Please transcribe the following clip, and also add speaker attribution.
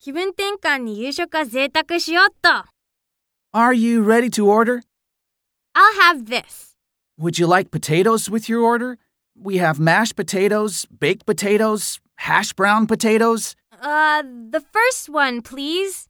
Speaker 1: 気分転換に夕食は贅沢しよっと。
Speaker 2: Are you ready to order?
Speaker 1: I'll have this.
Speaker 2: Would you like potatoes with your order? We have mashed potatoes, baked potatoes, hash brown potatoes.
Speaker 1: Uh, the first one, please.